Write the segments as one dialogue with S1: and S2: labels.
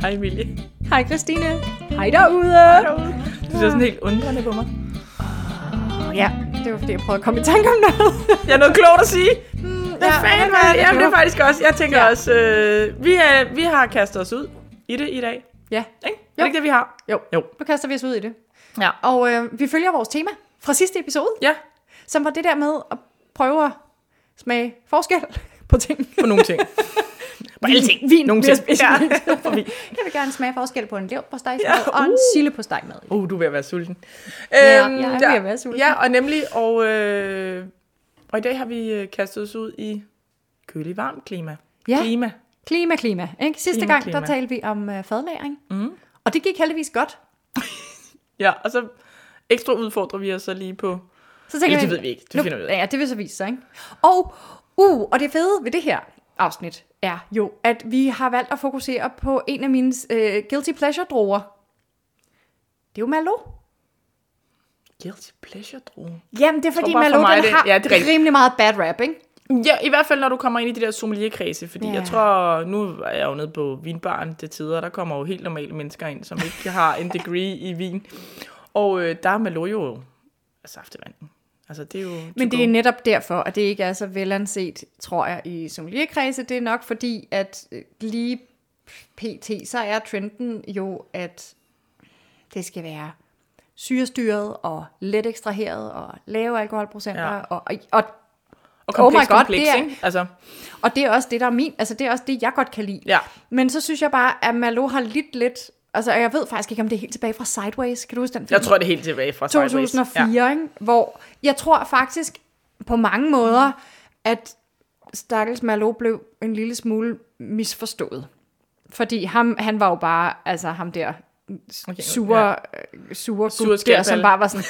S1: Hej Emilie.
S2: Hej Christine. Hej derude.
S1: Du ser sådan helt undrende på mig.
S2: Ja, det var fordi, jeg prøvede at komme i tanke om noget.
S1: Jeg er noget klogt at sige. Hvad ja, fanden,
S2: var
S1: mand? Jamen, det er
S2: faktisk...
S1: faktisk også. Jeg tænker ja.
S2: Ja.
S1: også, øh, vi, er, vi har kastet os ud i det i dag.
S2: Ja,
S1: Ikke? Er det ikke det, vi har?
S2: jo.
S1: Jo.
S2: Nu kaster vi os ud i det.
S1: Ja.
S2: Og øh, vi følger vores tema fra sidste episode,
S1: Ja,
S2: som var det der med at prøve at smage forskel på ting.
S1: på nogle ting. på alle ting.
S2: Vin
S1: nogle
S2: bliver
S1: ting.
S2: spist.
S1: Ja.
S2: Jeg vil gerne smage forskel på en leverpostej
S1: Ja,
S2: ja, og en
S1: uh.
S2: sille på med.
S1: Uh, du er ved at være sulten. Øhm,
S2: Ja, jeg er ved at være sulten.
S1: Ja, og nemlig, og, øh, og i dag har vi øh, kastet os ud i kølig varmt klima.
S2: Ja.
S1: Klima.
S2: Klima, klima. Ikke? Sidste
S1: Klima,
S2: klima, gang,
S1: klima.
S2: klima. der talte vi om øh, fadlæring. Mm. Og det gik heldigvis godt.
S1: Ja, og så ekstra udfordrer vi os så lige på...
S2: Så
S1: Eller
S2: tænker
S1: det
S2: vi,
S1: ved vi ikke. Det
S2: nu-
S1: finder vi ud af.
S2: Ja, det vil så vise sig, ikke? Og, uh, og det fede ved det her afsnit er jo, at vi har valgt at fokusere på en af mine øh, guilty pleasure-droger. Det er jo Malo.
S1: Guilty pleasure drone.
S2: Jamen, det er fordi
S1: bare for
S2: Malo,
S1: mig,
S2: den
S1: det-
S2: har
S1: ja, det er rigtigt.
S2: rimelig meget bad rap, ikke?
S1: Ja, i hvert fald når du kommer ind i de der sommelierkredse, fordi ja.
S2: Ja.
S1: jeg tror, nu er jeg jo nede på vinbaren til tider, og der kommer jo helt normale mennesker ind, som ikke har en degree i vin. Og øh, der er Malo jo saftevand. Altså, det er jo...
S2: Men
S1: to
S2: det er
S1: go.
S2: netop derfor, at det ikke er så velanset, tror jeg, i sommelierkredse. Det er nok fordi, at øh, lige pt, så er trenden jo, at det skal være syrestyret og let ekstraheret og lave alkoholprocenter.
S1: Ja.
S2: Ja. Og, og,
S1: Og
S2: oh my
S1: kompleks,
S2: God,
S1: kompleks,
S2: det er-
S1: ikke? Altså,
S2: og det er også det, der er min, altså det er også det, jeg godt kan lide.
S1: ja.
S2: Men så synes jeg bare, at Malo har lidt lidt, altså og jeg ved faktisk ikke, om det er helt tilbage fra Sideways. Kan du huske den film?
S1: Jeg tror, det er helt tilbage fra Sideways.
S2: 2004, ja. ikke? hvor jeg tror faktisk på mange måder, at Stakkels Malot blev en lille smule misforstået. Fordi ham, han var jo bare, altså ham der
S1: Okay,
S2: okay, sure,
S1: ja.
S2: ja.
S1: Sure
S2: sure, sure der,
S1: skalpel.
S2: som bare var sådan,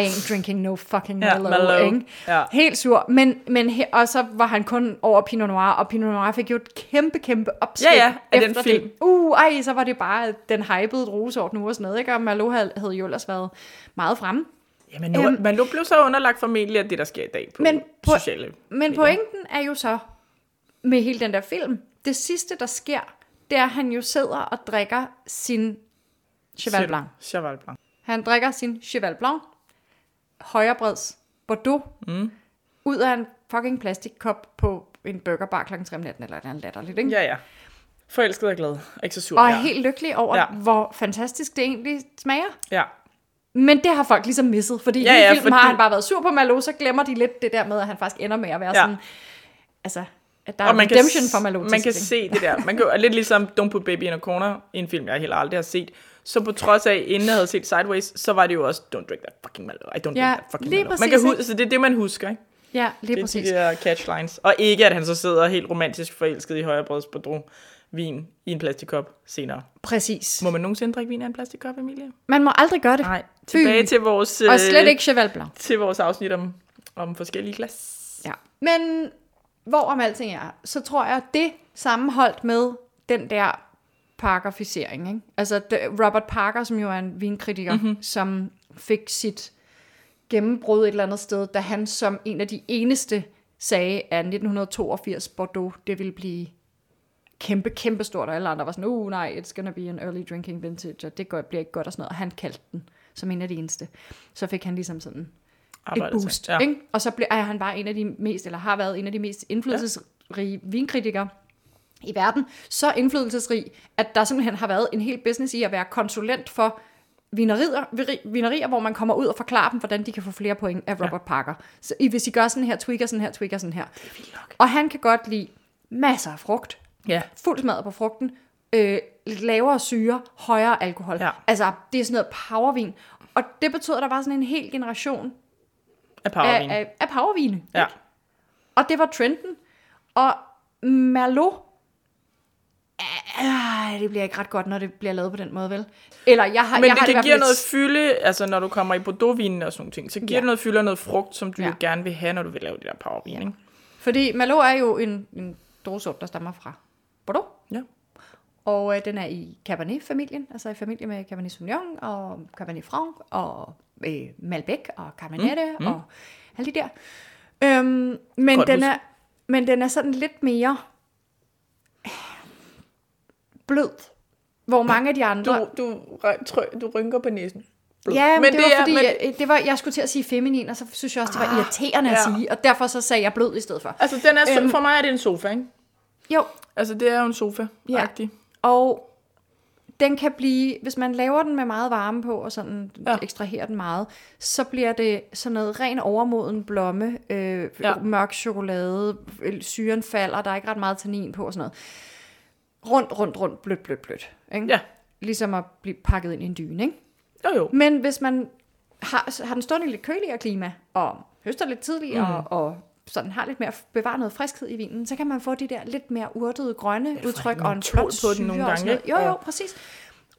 S2: I ain't drinking no fucking
S1: Ja,
S2: Malot.
S1: Merlot,
S2: ikke?
S1: ja.
S2: Helt sur. Men, men her, og så var han kun over Pinot Noir, og Pinot Noir fik jo et kæmpe, kæmpe opsving
S1: Ja, ja, af den
S2: efter
S1: film.
S2: det. Uh, ej, så var det bare den hypede drosort nu og sådan noget, ikke? Og Malot havde, havde jo ellers været meget fremme.
S1: Jamen, nu, øhm, Malo blev så underlagt formentlig af det, der sker i dag på men
S2: Men
S1: på,
S2: på-
S1: sociale...
S2: Men pointen er jo så, med hele den der film, det sidste, der sker, det er, at han jo sidder og drikker sin Cheval Blanc.
S1: Cheval Blanc.
S2: Han drikker sin Cheval Blanc, højrebreds Bordeaux, mm. ud af en fucking plastikkop på en burgerbar kl. 3 om natten, eller et eller andet latterligt, ikke?
S1: Ja, ja. Forelsket og glad. Og ikke så sur.
S2: Og er
S1: ja.
S2: helt lykkelig over,
S1: Ja.
S2: ja. hvor fantastisk det egentlig smager.
S1: ja.
S2: Men det har folk ligesom misset, fordi
S1: Ja,
S2: ja,
S1: ja,
S2: ja, i filmen fordi...
S1: fordi-
S2: har han bare været sur på Malo, så glemmer de lidt det der med, at han faktisk ender med at være
S1: Ja.
S2: ja. sådan, altså, at der er redemption for Malo. til
S1: Man kan
S2: sidst,
S1: se det der. Man kan, og lidt ligesom Don't Put Baby in a Corner, en film, jeg heller aldrig har set. Så på trods af, inden jeg havde set Sideways, så var det jo også, don't drink that fucking Malo. I don't drink
S2: Ja,
S1: that fucking
S2: lige
S1: Malo. man
S2: præcis,
S1: kan
S2: ikke?
S1: huske, så det er det, man husker, ikke?
S2: ikke? Ja, lige
S1: Det er
S2: præcis.
S1: de der catchlines. Og ikke, at han så sidder helt romantisk forelsket i højrebrøds Bordeaux vin i en plastikkop senere.
S2: Præcis.
S1: Må man nogensinde drikke vin af en plastikkop, Emilie?
S2: Man må aldrig gøre det.
S1: Nej. Tilbage til vores,
S2: Og
S1: øh,
S2: slet ikke Cheval Blanc.
S1: til vores afsnit om, om forskellige glas.
S2: Ja. Men hvorom alting er, så tror jeg, at det sammenholdt med den der parkerficering, ikke? altså det- Robert Parker, som jo er en vinkritiker, mm-hmm. som fik sit gennembrud et eller andet sted, da han som en af de eneste sagde, at 1982 Bordeaux, det ville blive kæmpe, kæmpe stort, og alle andre var sådan, uh nej, it's gonna be an early drinking vintage, og det går- bliver ikke godt og sådan noget, og han kaldte den som en af de eneste. Så fik han ligesom sådan et
S1: Arbejdet sig.
S2: boost. Ja. Ikke? Og så blev, er han bare en af de mest, eller har været en af de mest indflydelsesrige ja. vinkritikere i verden. Så indflydelsesrig, at der simpelthen har været en hel business i at være konsulent for vinerier, viri- vinerier, hvor man kommer ud og forklarer dem, hvordan de kan få flere point af Robert ja. Parker. Så I, hvis I gør sådan her, tweaker sådan her, tweaker sådan her. Og han kan godt lide masser af frugt,
S1: Ja.
S2: fuld smadret på frugten, øh, lidt lavere syre, højere alkohol.
S1: Ja.
S2: Altså, det er sådan noget powervin. Og det betød, at der var sådan en hel generation
S1: Af powervin.
S2: af, af, af powervine.
S1: Ja.
S2: Og det var trenden. Og Merlot, ah, det bliver ikke ret godt, når det bliver lavet på den måde, vel? Eller jeg har,
S1: Men
S2: jeg
S1: det
S2: har
S1: kan
S2: i hvert
S1: give
S2: fald
S1: noget
S2: lidt-
S1: fylde, altså når du kommer i bordeauxvinen og sådan nogle ting, så giver
S2: Ja.
S1: det noget fylde og noget frugt, som du ja. jo
S2: Ja.
S1: gerne vil have, når du vil lave det der powervin, ja.
S2: Ja.
S1: ikke?
S2: Fordi Merlot er jo en, en druesort, der stammer fra Bordeaux.
S1: Ja.
S2: Og øh, den er i Cabernet-familien, altså i familie med Cabernet Sauvignon og Cabernet Franc og øh, Malbec og Cabernet mm. og alle de der. Øhm, men,
S1: Godt
S2: den
S1: hus.
S2: er, men den er sådan lidt mere blød Hvor mange af de andre...
S1: Du, du, ry- trø- du rynker på næsen.
S2: Ja, men, men det, var
S1: er-
S2: fordi,
S1: men- Ah,
S2: Jeg, det var, jeg skulle til at sige feminin, og så synes jeg også, det var irriterende at
S1: ja.
S2: sige, og derfor så sagde jeg blød i stedet for.
S1: Altså, den er, øhm, for mig er det en sofa, ikke?
S2: Jo,
S1: Altså, det er jo en sofa-agtig.
S2: og den kan blive, hvis man laver den med meget varme på, og sådan ja.
S1: Ja.
S2: ekstraherer den meget, så bliver det sådan noget ren overmoden blomme, øh, ja.
S1: Ja.
S2: mørk chokolade, øh, syren falder, der er ikke ret meget tannin på og sådan noget. Rundt, rundt, rundt, blødt, blødt, blødt. Ikke?
S1: Ja.
S2: Ligesom at blive pakket ind i en dyne, ikke?
S1: Jo, jo.
S2: Men hvis man har, har den stående i lidt køligere klima, og høster lidt tidligere, mm. og sådan har lidt mere bevaret noget friskhed i vinen, så kan man få de der lidt mere urtede grønne udtryk og en
S1: mentol
S2: flot
S1: på
S2: syre
S1: den nogle
S2: og sådan
S1: gange,
S2: noget. Jo,
S1: ikke?
S2: jo,
S1: Og-
S2: præcis.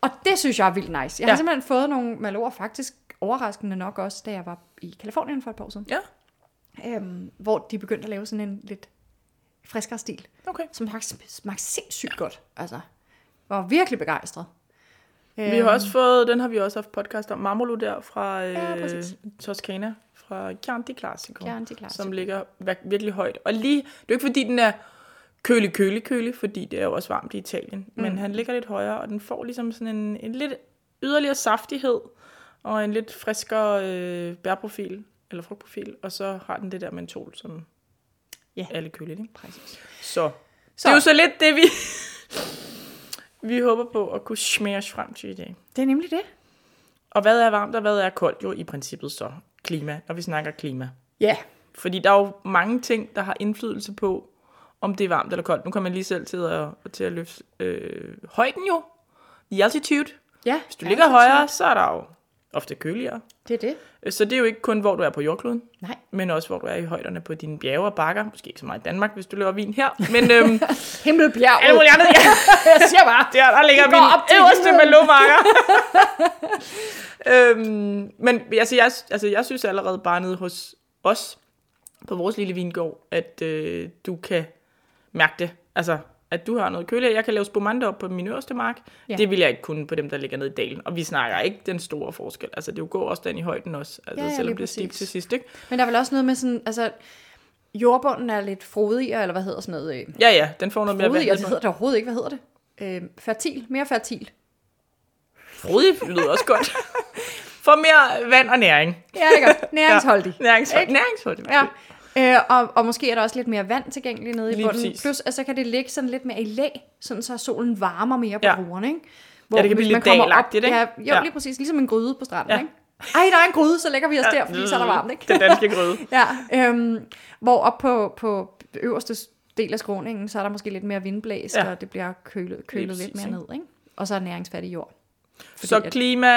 S2: Og det synes jeg er vildt nice. Jeg ja. har
S1: Ja.
S2: simpelthen fået nogle malor faktisk overraskende nok også, da jeg var i Kalifornien for et par år siden,
S1: Ja,
S2: øhm, hvor de begyndte at lave sådan en lidt friskere stil,
S1: okay.
S2: som faktisk smagte sindssygt ja. godt. Altså, jeg var virkelig begejstret. Øh,
S1: Vi har også fået, den har vi også haft podcast om, Marmolo der fra øh,
S2: Øhm. Ja,
S1: ja,
S2: præcis.
S1: Toscana, fra Chianti Classico,
S2: Chianti Classico.
S1: som ligger vir- virkelig højt. Og lige, det er jo ikke fordi, den er kølig, kølig, kølig, fordi det er jo også varmt i Italien, mm. men han ligger lidt højere, og den får ligesom sådan en, en lidt yderligere saftighed, og en lidt friskere øh, bærprofil, eller frugtprofil, og så har den det der mentol, som
S2: Ja.
S1: ja. er lidt køligt, ikke?
S2: Præcis.
S1: Så.
S2: Så.
S1: så. Det er jo så lidt det, vi, vi håber på at kunne smage os frem til i dag.
S2: Det er nemlig det.
S1: Og hvad er varmt, og hvad er koldt jo i princippet så? Klima, når vi snakker klima.
S2: Ja. Yeah.
S1: Fordi der er jo mange ting, der har indflydelse på, om det er varmt eller koldt. Nu kan man lige selv til at, til at løfte øh, højden jo. I altitude.
S2: Ja,
S1: Hvis du ligger højere, så er der jo ofte køligere. Øh,
S2: Det er det.
S1: Så det er jo ikke kun, hvor du er på jordkloden,
S2: Nej.
S1: men også, hvor du er i højderne på dine bjerge og bakker. Måske ikke så meget i Danmark, hvis du laver vin her, men øhm,
S2: Himmelbjerg.
S1: alle mulige andre. Ja,
S2: jeg siger bare.
S1: der, der ligger
S2: Vi går
S1: min
S2: op til
S1: øverste
S2: himlen.
S1: melodmarker. øhm, men altså jeg, altså, jeg synes allerede bare nede hos os, på vores lille vingård, at øh, du kan mærke det. Altså, at du har noget køligere. Jeg kan lave spumante op på min øverste mark.
S2: Ja.
S1: Ja. Det vil jeg ikke kunne på dem, der ligger nede i dalen. Og vi snakker ikke den store forskel. Altså, det er jo god afstand i højden også, altså,
S2: Ja, ja,
S1: ja,
S2: lige
S1: selvom det er stilt
S2: præcis.
S1: til sidst. Ikke?
S2: Men der er vel også noget med sådan, altså, jordbunden er lidt frodigere, eller hvad hedder sådan noget? øh,
S1: Ja, ja, den får noget mere vand.
S2: Frodigere,
S1: ned
S2: det
S1: på.
S2: hedder det overhovedet ikke, hvad hedder det? Øh, fertil, mere fertil.
S1: Frodig lyder også godt. Får mere vand og næring.
S2: Ja, det er godt. Næringsholdig.
S1: Ja. Næringsholdig. Næringsholdig.
S2: Ja. Øh, og, og måske er der også lidt mere vand tilgængeligt nede i
S1: Lige
S2: bunden.
S1: præcis.
S2: Plus, altså kan det ligge sådan lidt mere i læ, sådan så solen varmer mere på
S1: Ja.
S2: brugerne, ikke? Hvor,
S1: Ja, det kan
S2: hvis
S1: blive
S2: man
S1: lidt
S2: kommer op-
S1: dalagtigt, ikke?
S2: Ja, jo,
S1: Ja.
S2: lige præcis. Ligesom en gryde på stranden, ja.
S1: Ja.
S2: ikke? Ej, der er en gryde, så lægger vi os der, fordi så er der varmt, ikke?
S1: Den danske gryde.
S2: Ja, øhm, hvor op på, på øverste del af skråningen, så er der måske lidt mere vindblæst, ja.
S1: Ja.
S2: og det bliver kølet, kølet lidt
S1: præcis,
S2: mere ned, ikke? Og så er næringsfattig jord. Fordi
S1: Så
S2: at-
S1: klima...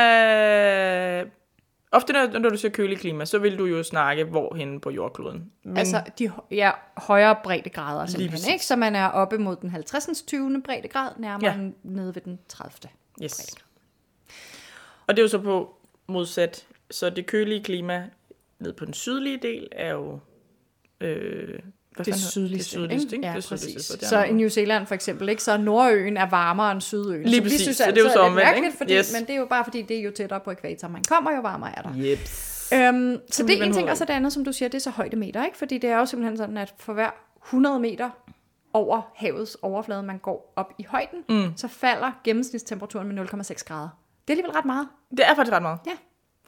S1: Ofte, når, når du siger kølig klima, så vil du jo snakke, hvorhen på jordkloden. Men,
S2: Altså de hø- ja, højere breddegrader simpelthen,
S1: præcis.
S2: ikke? Så man er oppe mod den 50. 20. breddegrad, nærmere
S1: Ja.
S2: ja. nede ved den 30.
S1: yes. Og det er jo så på modsat. Så det kølige klima ned på den sydlige del er jo... Øh, hvad fanden hedder- Det sydligste, ikke?
S2: Ja,
S1: det sydligste,
S2: præcis.
S1: det er
S2: Så i
S1: noget.
S2: New Zealand for eksempel, ikke? Så er Nordøen er varmere end Sydøen.
S1: Lige
S2: som vi
S1: præcis,
S2: synes
S1: så det er
S2: altid
S1: jo så
S2: lidt
S1: omvendt, ikke?
S2: mærkeligt, fordi,
S1: Yes.
S2: Men det er jo bare fordi, det er jo tættere på ekvator. Man kommer jo varmere er der.
S1: Jeps.
S2: Øhm, så
S1: vi
S2: det er en
S1: vende
S2: ting,
S1: hovedet
S2: og så det andet, som du siger, det er så højdemeter, ikke? Fordi det er jo simpelthen sådan, at for hver 100 meter over havets overflade, man går op i højden, mm. så falder gennemsnitstemperaturen med 0,6 grader. Det er alligevel ret meget.
S1: Det er faktisk ret meget.
S2: Ja.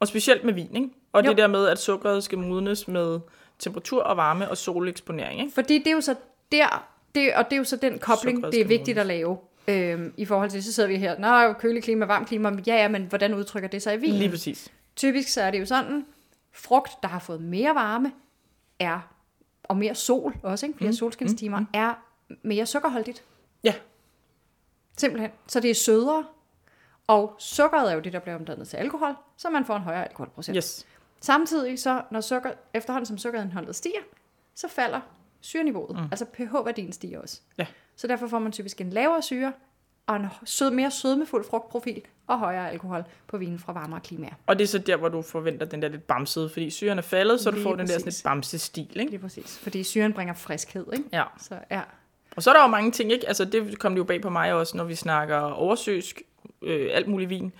S1: Og specielt med vin, ikke? Og
S2: Jo.
S1: jo. det der med, at sukkeret skal modnes med temperatur og varme og soleksponering, ikke?
S2: Fordi det er jo så der, det, og det er jo så den kobling,
S1: Sukkeret
S2: det er
S1: skal
S2: vigtigt at lave. Øhm, I forhold til, så sidder vi her, nå, kølig klima, varmt klima, ja, ja, men hvordan udtrykker det sig i vin?
S1: Lige præcis.
S2: Typisk så er det jo sådan, frugt, der har fået mere varme, er, og mere sol også, ikke? flere mm, solskinstimer, mm, er mere sukkerholdigt.
S1: Ja,
S2: Simpelthen. Så det er sødere, og sukkeret er jo det, der bliver omdannet til alkohol, så man får en højere alkoholprocent.
S1: yes.
S2: Samtidig så, når sukker, efterhånden som sukkerindholdet stiger, så falder syreniveauet. Mm. Altså pH-værdien stiger også.
S1: Ja.
S2: Så derfor får man typisk en lavere syre, og en sød, mere sødmefuld frugtprofil, og højere alkohol på vinen fra varmere klimaer.
S1: Og det er så der, hvor du forventer den der lidt bamsede, fordi syren er faldet, så du
S2: Lige
S1: får den der sådan
S2: præcis.
S1: lidt bamse-stil, ikke?
S2: Lige præcis. Fordi syren bringer friskhed, ikke?
S1: Ja.
S2: Så ja.
S1: Og så er der jo mange ting, ikke? Altså, det kom det jo bag på mig også, når vi snakker oversøsk, øh, alt muligt vin.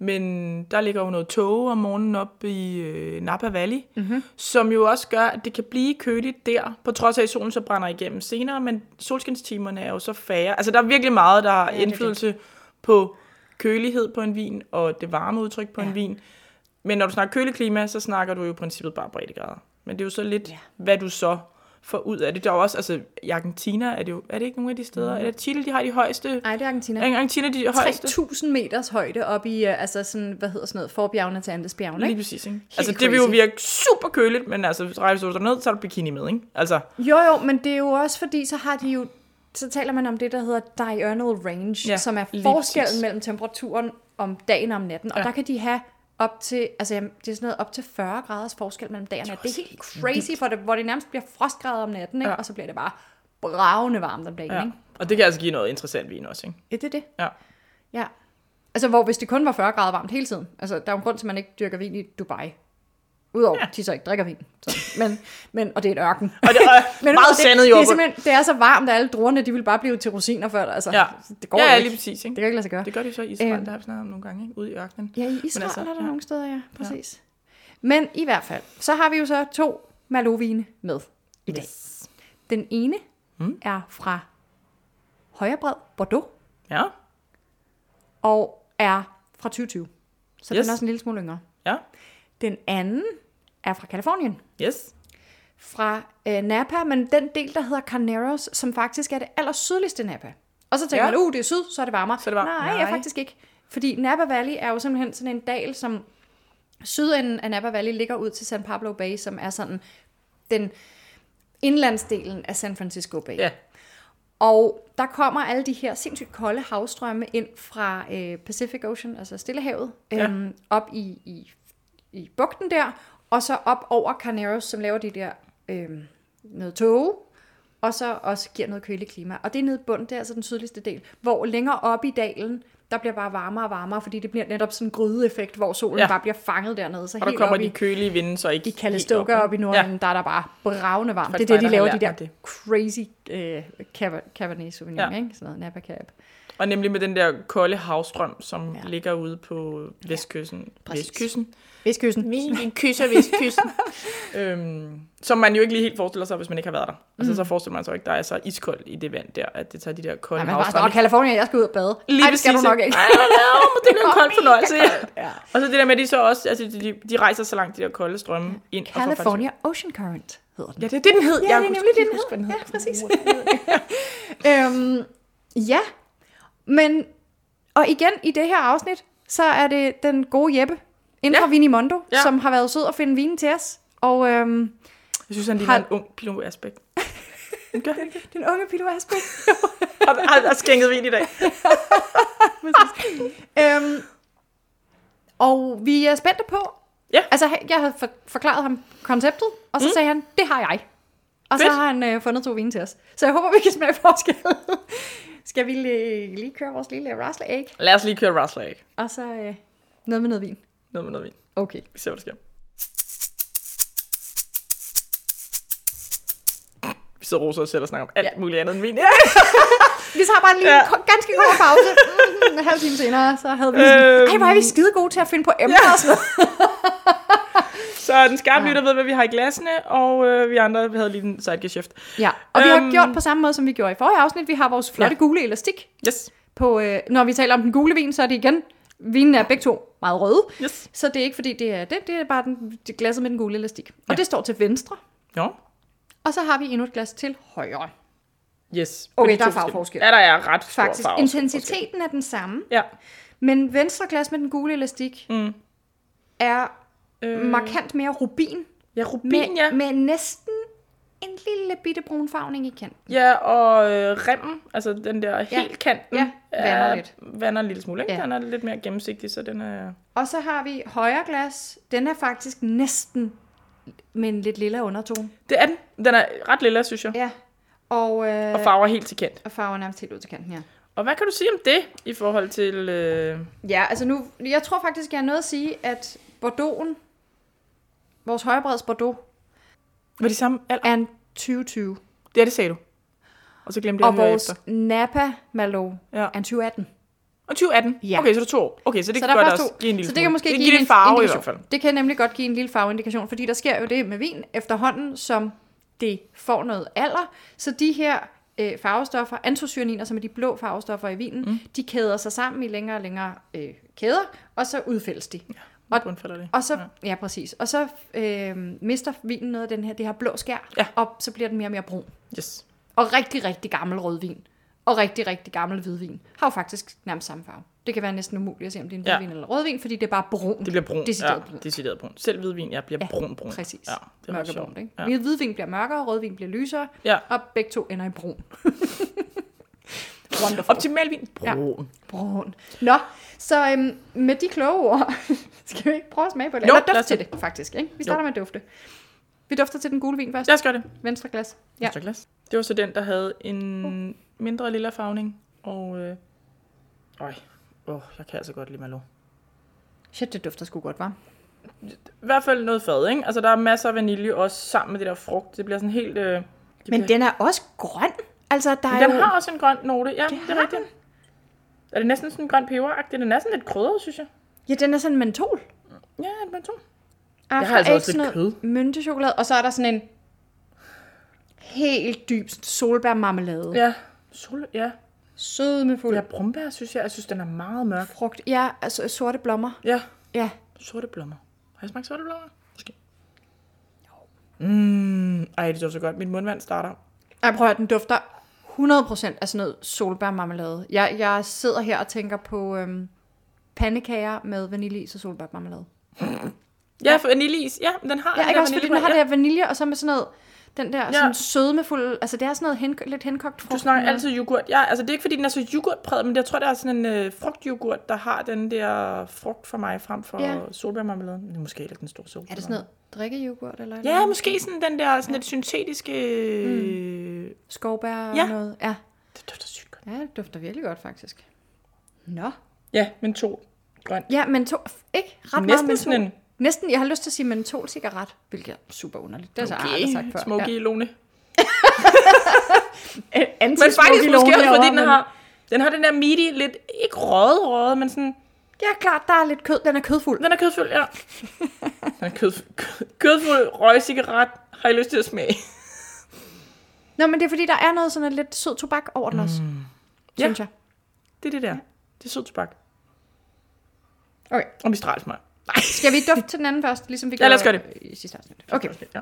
S1: Men der ligger jo noget tåge om morgenen op i øh, Napa Valley, mm-hmm. som jo også gør, at det kan blive køligt der, på trods af, at solen så brænder igennem senere, men solskinstimerne er jo så færre. Altså, der er virkelig meget, der har
S2: det
S1: ja,
S2: er
S1: indflydelse på kølighed på en vin, og det varme udtryk på ja. en vin. Men når du snakker køleklima, så snakker du jo i princippet bare breddegrader. Men det er jo så lidt,
S2: Ja.
S1: ja. hvad du så får ud af det. Der er jo også, altså i Argentina er det jo, er det ikke nogen af de steder? Mm. Er det Chile, de har de højeste?
S2: Nej, det er Argentina.
S1: Er Argentina de højeste?
S2: 3.000 meters højde op i, øh, altså sådan, hvad hedder sådan noget, forbjergene til Andesbjergene,
S1: Lige
S2: ikke?
S1: præcis, ikke? altså, det vil jo
S2: crazy.
S1: virke super køligt, men altså, rejser du ned, så har du bikini med, ikke? Altså,
S2: Jo, jo, men det er jo også fordi, så har de jo, så taler man om det, der hedder diurnal range, ja,
S1: Ja,
S2: som er
S1: lige
S2: forskellen
S1: præcis.
S2: mellem temperaturen om dagen og om natten, og ja.
S1: Ja.
S2: der kan de have op til, altså jamen, det er sådan noget op til 40 graders forskel mellem dagen og natten. Det er
S1: også
S2: helt crazy, for det, hvor det nærmest bliver frostgrader om natten, ikke? Ja.
S1: Ja.
S2: og så bliver det bare bravende varmt om dagen. Ja,
S1: ja.
S2: ikke?
S1: Og det kan altså give noget interessant vin også, ikke?
S2: ja det er det.
S1: Ja.
S2: Ja. Altså, hvor hvis det kun var 40 grader varmt hele tiden. Altså, der er jo en grund til, at man ikke dyrker vin i Dubai. Udover, ja. de så ikke drikker vin. Så, men, men, og det er et ørken.
S1: Og det er
S2: Men
S1: meget
S2: det,
S1: sandet
S2: det, er
S1: jord.
S2: simpelthen, det er så varmt, at alle druerne, de vil bare blive til rosiner før. Altså,
S1: Ja,
S2: det går
S1: ja,
S2: jo
S1: ja
S2: ikke.
S1: lige præcis,
S2: Det
S1: ikke?
S2: kan ikke lade sig gøre.
S1: Det gør de så i Israel,
S2: Øhm.
S1: der har vi snakket om nogle gange, ikke? Ude i ørkenen.
S2: Ja, i Israel
S1: altså,
S2: altså, er der ja.
S1: ja.
S2: nogle steder, ja, præcis. Ja. Men i hvert fald, så har vi jo så to malovine med i dag. Yes. Den ene mm. er fra Højrebred, Bordeaux,
S1: Ja,
S2: og er fra 2020. Så yes.
S1: Yes.
S2: den er også en lille smule yngre.
S1: ja,
S2: Den anden er fra Kalifornien,
S1: yes.
S2: fra øh, Napa, men den del, der hedder Carneros, som faktisk er det allersydligste Napa. Og så tænker ja.
S1: Ja.
S2: man, uh, det er syd, så er det varmere.
S1: Så er det varmt.
S2: Nej, Nej, ja,
S1: Nej.
S2: faktisk ikke. Fordi Napa Valley er jo simpelthen sådan en dal, som sydenden af Napa Valley ligger ud til San Pablo Bay, som er sådan den indlandsdelen af San Francisco Bay.
S1: Ja,
S2: Og der kommer alle de her sindssygt kolde havstrømme ind fra øh, Pacific Ocean, altså Stillehavet,
S1: Ja.
S2: øhm, op i, i, i bugten der, og så op over Carneros, som laver de der øhm, noget tåge, og så også giver noget køligt klima. Og det er nede i bunden, det er altså den sydligste del, hvor længere op i dalen, der bliver bare varmere og varmere, fordi det bliver netop sådan en grydeeffekt, hvor solen ja.
S1: Ja.
S2: bare bliver fanget dernede. Så
S1: og der
S2: helt
S1: kommer
S2: op i,
S1: de kølige vinde, så ikke
S2: i
S1: helt
S2: Calistoga op i Norden, ja. der er der bare bravende varmt. Det er det, de
S1: Faktisk mig,
S2: laver
S1: der
S2: de
S1: har
S2: der
S1: lært mig
S2: crazy øh, Cab- Cabernet Sauvignon, ja.
S1: Ja.
S2: ikke? Sådan noget Napa Cab.
S1: Og nemlig med den der kolde havstrøm, som
S2: Ja.
S1: ja. ligger ude på vestkysten. Ja,
S2: præcis.
S1: vestkysten.
S2: Vestkysten.
S1: Vi kysser vestkysten. øhm, som man jo ikke lige helt forestiller sig, hvis man ikke har været der. Altså, så forestiller man sig jo ikke, der er så iskoldt i det vand der, at det tager de der kolde
S2: Mm. Nej,
S1: Nej,
S2: men bare, "Nå, Californien, jeg skal ud og bade.
S1: Lige
S2: Ej, det skal du
S1: præcis,
S2: nok ikke.
S1: Nej, nej, nej, men det er en kold fornøjelse.
S2: Ja.
S1: Og så det der med, at de så også, altså de, de rejser så langt, de der kolde strømme ind. og får faktisk-
S2: California Ocean Current hedder den.
S1: Ja, det er det, den hed.
S2: Ja,
S1: Jeg
S2: det er
S1: husker-
S2: nemlig det, den
S1: husker,
S2: hed.
S1: hvad
S2: Ja, præcis. øhm, ja, men... Og igen, i det her afsnit, så er det den gode Jeppe inden ja.
S1: Ja.
S2: fra Vinimondo, ja.
S1: Ja.
S2: som har været sød og finde vinen til os. Og øhm,
S1: Jeg synes, han ligner en ung Pilo Asbæk. Okay.
S2: den unge Pilo Asbæk,
S1: Har, har, har skænket vin i dag.
S2: Øhm, og vi er spændte på.
S1: Ja.
S2: Altså, han- jeg havde for, forklaret ham konceptet, og så mm. sagde han, det har jeg. Og så
S1: Fedt.
S2: har han øh, fundet to vine til os. Så jeg håber, vi kan smage forskel. Skal vi lige, lige køre vores lille rasle æg,
S1: Lad os lige køre Rustler, ikke?
S2: og så øh, noget med noget vin.
S1: Noget med noget vin.
S2: Okay.
S1: Vi ser, hvad der sker. Vi sidder Rosa og selv og snakker om alt
S2: Ja.
S1: ja. muligt andet end vin.
S2: Vi tager bare lige ja.
S1: Ja.
S2: en ko- ganske kort pause. Mm, en halv time senere, så havde vi sådan,
S1: Øhm.
S2: ej, hvor er vi skide gode til at finde på emner ja. og sådan noget.
S1: Så den skarpe lytter ved, hvad vi har i glassene, og øh, vi andre vi havde lige en sidegeschæft.
S2: Ja, og vi har
S1: Øhm.
S2: gjort på samme måde, som vi gjorde i forrige afsnit. Vi har vores flotte ja.
S1: Ja.
S2: gule elastik,
S1: Yes,
S2: på, øh, når vi taler om den gule vin, så er det igen, vinen er begge to meget røde,
S1: yes.
S2: så det er ikke fordi, det er det, det er bare den, det glasset med den gule elastik. Og ja. det står til venstre,
S1: Jo.
S2: og så har vi endnu et glas til højre.
S1: Yes.
S2: Okay,
S1: På de
S2: der er
S1: to forskellige.
S2: farveforskel.
S1: Ja, der er ret stor
S2: Faktisk,
S1: farveforskel.
S2: intensiteten er den samme,
S1: Ja.
S2: men venstre glas med den gule elastik
S1: Mm.
S2: er
S1: Øh,
S2: markant mere rubin,
S1: ja,
S2: med,
S1: rubin, ja.
S2: med næsten en lille bitte brun farvning i kanten.
S1: Ja, og øh, remmen, altså den der helt kanten,
S2: Ja, vander lidt.
S1: vander en lille smule. Ikke?
S2: Ja.
S1: Ja. Den er lidt mere gennemsigtig, så den er...
S2: Og så har vi højre glas, den er faktisk næsten med en lidt lilla undertone.
S1: Det er den. Den er ret lille, synes jeg.
S2: Ja. Og, øh,
S1: Og farver helt til kendt.
S2: og farver nærmest helt ud til kanten, ja.
S1: Og hvad kan du sige om det i forhold til... Øh...
S2: Ja, altså nu, jeg tror faktisk, jeg er nødt at sige, at Bordeaux'en, vores højrebreds Bordeaux,
S1: Var de samme alder?
S2: er en 2020.
S1: Det er det, sagde du. Og så glemte jeg
S2: og
S1: at høre
S2: vores
S1: efter.
S2: Napa Malo
S1: Ja.
S2: er en 2018.
S1: Og 2018?
S2: Ja.
S1: Okay, så det er to år. Okay, så det
S2: så
S1: kan
S2: der er
S1: godt
S2: faktisk
S1: også
S2: to.
S1: give en lille
S2: så det kan
S1: smule.
S2: måske
S1: det
S2: give
S1: lidt
S2: en
S1: farve i
S2: indikation.
S1: hvert fald.
S2: Det kan nemlig godt give en lille farveindikation, fordi der sker jo det med vin efterhånden, som det får noget alder. Så de her øh, farvestoffer, antocyaniner, som er de blå farvestoffer i vinen, mm. de kæder sig sammen i længere og længere øh, kæder, og så udfældes de. Og-
S1: Bundfælder det.
S2: Og så, ja. ja præcis, og så øh, mister vinen noget af den her, det her blå skær,
S1: Ja.
S2: og så bliver den mere og mere brun.
S1: Yes.
S2: Og rigtig, rigtig gammel rødvin, og rigtig, rigtig gammel hvidvin, har jo faktisk nærmest samme farve. Det kan være næsten umuligt at se, om det er en
S1: Ja.
S2: hvidvin eller rødvin, fordi det er bare brun.
S1: Det bliver brun.
S2: Decideret
S1: ja,
S2: brun.
S1: Decideret brun. Selv hvidvin, jeg bliver
S2: Ja,
S1: brun, brun.
S2: præcis.
S1: Ja, det er meget sjovt.
S2: mørkebrunt, ikke?
S1: Ja.
S2: Ja. Hvidvin bliver mørkere, rødvin bliver lysere,
S1: Ja.
S2: og begge to ender i brun. Wonderful.
S1: Optimal vin.
S2: Ja.
S1: Brun.
S2: Brun. Nå, så øhm, med de kloge ord, skal vi ikke prøve at smage på det?
S1: Jo,
S2: Eller
S1: lad
S2: duft
S1: os
S2: til det, faktisk. Ikke? Vi starter jo. med at dufte. Vi dufter til den gule vin først.
S1: Lad os gøre det.
S2: Venstre glas.
S1: Ja.
S2: Ja. Uh.
S1: Glas. Det var så den, der havde en mindre lilla farvning. Og... Øh, øj, åh, jeg kan altså godt lide Malo.
S2: Shit, det dufter sgu godt, var.
S1: I hvert fald noget fad, ikke? Altså, der er masser af vanilje også sammen med det der frugt. Det bliver sådan helt... Øh, det
S2: Men
S1: bliver...
S2: den er også grøn. Altså, der er
S1: den
S2: jo...
S1: har også en grøn note. Ja, det, det er
S2: har
S1: rigtigt. Er det næsten sådan en grøn peberagtig? Den er sådan lidt krydret, synes jeg.
S2: Ja, den er sådan mentol.
S1: Ja, et mentol.
S2: After
S1: har altså
S2: Eight,
S1: også lidt
S2: sådan noget Myntechokolade, og så er der sådan en helt dyb solbærmarmelade. Ja.
S1: Ja. Sol, ja.
S2: Sødmefuld
S1: Ja, brumbær, synes jeg. Jeg synes, den er meget mørk.
S2: frugt. Ja, altså sorte blommer.
S1: Ja.
S2: Ja.
S1: Sorte blommer. Har jeg smagt sorte blommer? Måske. Mm, ej, det er så godt. Min mundvand starter.
S2: Jeg prøver at høre, den dufter 100% af sådan noget solbærmarmelade. Jeg, jeg sidder her og tænker på øhm, pandekager med vaniljeis og solbærmarmelade.
S1: Ja, for vaniljeis. Ja, men den har
S2: Ja,
S1: den
S2: ikke
S1: der
S2: også, fordi den
S1: vaniljesmag.
S2: har det
S1: ja.
S2: her vanilje, og så med sådan noget, den der ja. sådan
S1: Ja.
S2: sødmefulde, altså det er sådan noget hen, lidt henkogt frugt.
S1: Du snakker altid yoghurt. Ja, altså det er ikke, fordi den er så yoghurtpræget, men jeg tror, der er sådan en øh, frugtyoghurt, der har den der frugt for mig frem for
S2: Ja.
S1: ja. solbærmarmeladen. Det er måske heller ikke den store solbær.
S2: Er det sådan noget drikkejoghurt eller
S1: Ja, måske sådan den der sådan lidt syntetiske... Mm.
S2: Skovbær
S1: Ja.
S2: ja. noget. Ja.
S1: Det dufter sygt godt.
S2: ja, det dufter virkelig godt faktisk. Nå.
S1: Ja, men to. Grøn.
S2: Ja, mentol. Ikke ret meget
S1: Næsten
S2: mentol.
S1: sådan en
S2: Næsten, jeg har lyst til at sige mentol-cigaret, hvilket er super underligt. Det har jeg så aldrig sagt før.
S1: smoky ja. lone.
S2: Ja.
S1: Men faktisk måske også, fordi den
S2: men-
S1: har, den har den der meaty, lidt, ikke røget røget, men sådan,
S2: Ja, klart, der er lidt kød. Den er kødfuld.
S1: den er kødfuld, ja. Den er kødfuld, kød, kødfuld røgcigaret, har jeg lyst til at smage.
S2: Nå, men det er fordi, der er noget sådan lidt sød tobak over den også. Mm.
S1: Ja.
S2: Synes jeg.
S1: Det er det der. Det er sød tobak.
S2: Okay.
S1: Og mistralsmag.
S2: Skal vi dufte til den anden først, ligesom vi
S1: Ja,
S2: gjorde
S1: lad os gøre
S2: i sidste afsnit? Okay.
S1: Ja.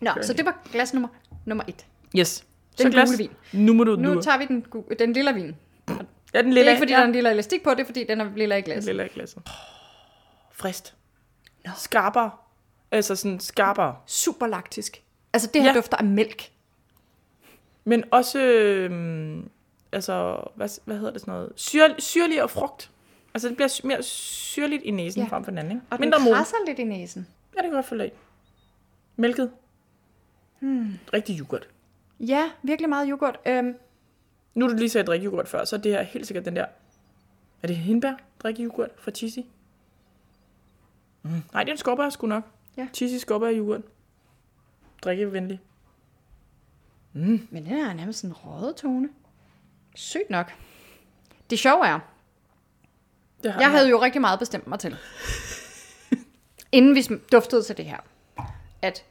S2: Nå,
S1: Gør
S2: så
S1: det.
S2: det var glas nummer, nummer et.
S1: Yes.
S2: Den
S1: glas.
S2: gule vin.
S1: Nu må du
S2: Nu
S1: nu
S2: tager vi den, gu- den lille vin.
S1: Ja, den
S2: Det
S1: lille.
S2: er ikke, fordi
S1: ja.
S2: der er en lille elastik på, det er, fordi den er lille i
S1: Den
S2: glas.
S1: lille er i glasset. Frist. No. Skarpere. Altså sådan skarpere.
S2: Super laktisk. Altså, det her
S1: Ja.
S2: ja. dufter af mælk.
S1: Men også, øhm, altså, hvad, hvad hedder det sådan noget? Syr, syrlig og frugt. Altså, det bliver sy- mere syrligt i næsen ja.
S2: Ja.
S1: frem for den anden, ikke?
S2: Og
S1: Mindre
S2: den
S1: mol.
S2: krasser lidt i næsen.
S1: Ja, det kan jeg godt følge af. Mælket. Hmm. Rigtig yoghurt.
S2: Ja, virkelig meget yoghurt. Øhm,
S1: Nu du lige sagde drikke yoghurt før, så er det her helt sikkert den der... Er det hindbær? Drikke yoghurt fra Tizi? Mm. Nej, det er en skorper, sgu nok.
S2: Ja.
S1: Tizi skorper yoghurt. Drikkevenlig.
S2: men den er nærmest sådan en røget tone. Sygt nok. Det sjove er,
S1: Det har
S2: Jeg
S1: den her.
S2: havde jo rigtig meget bestemt mig til. Inden vi sm- duftede til det her. At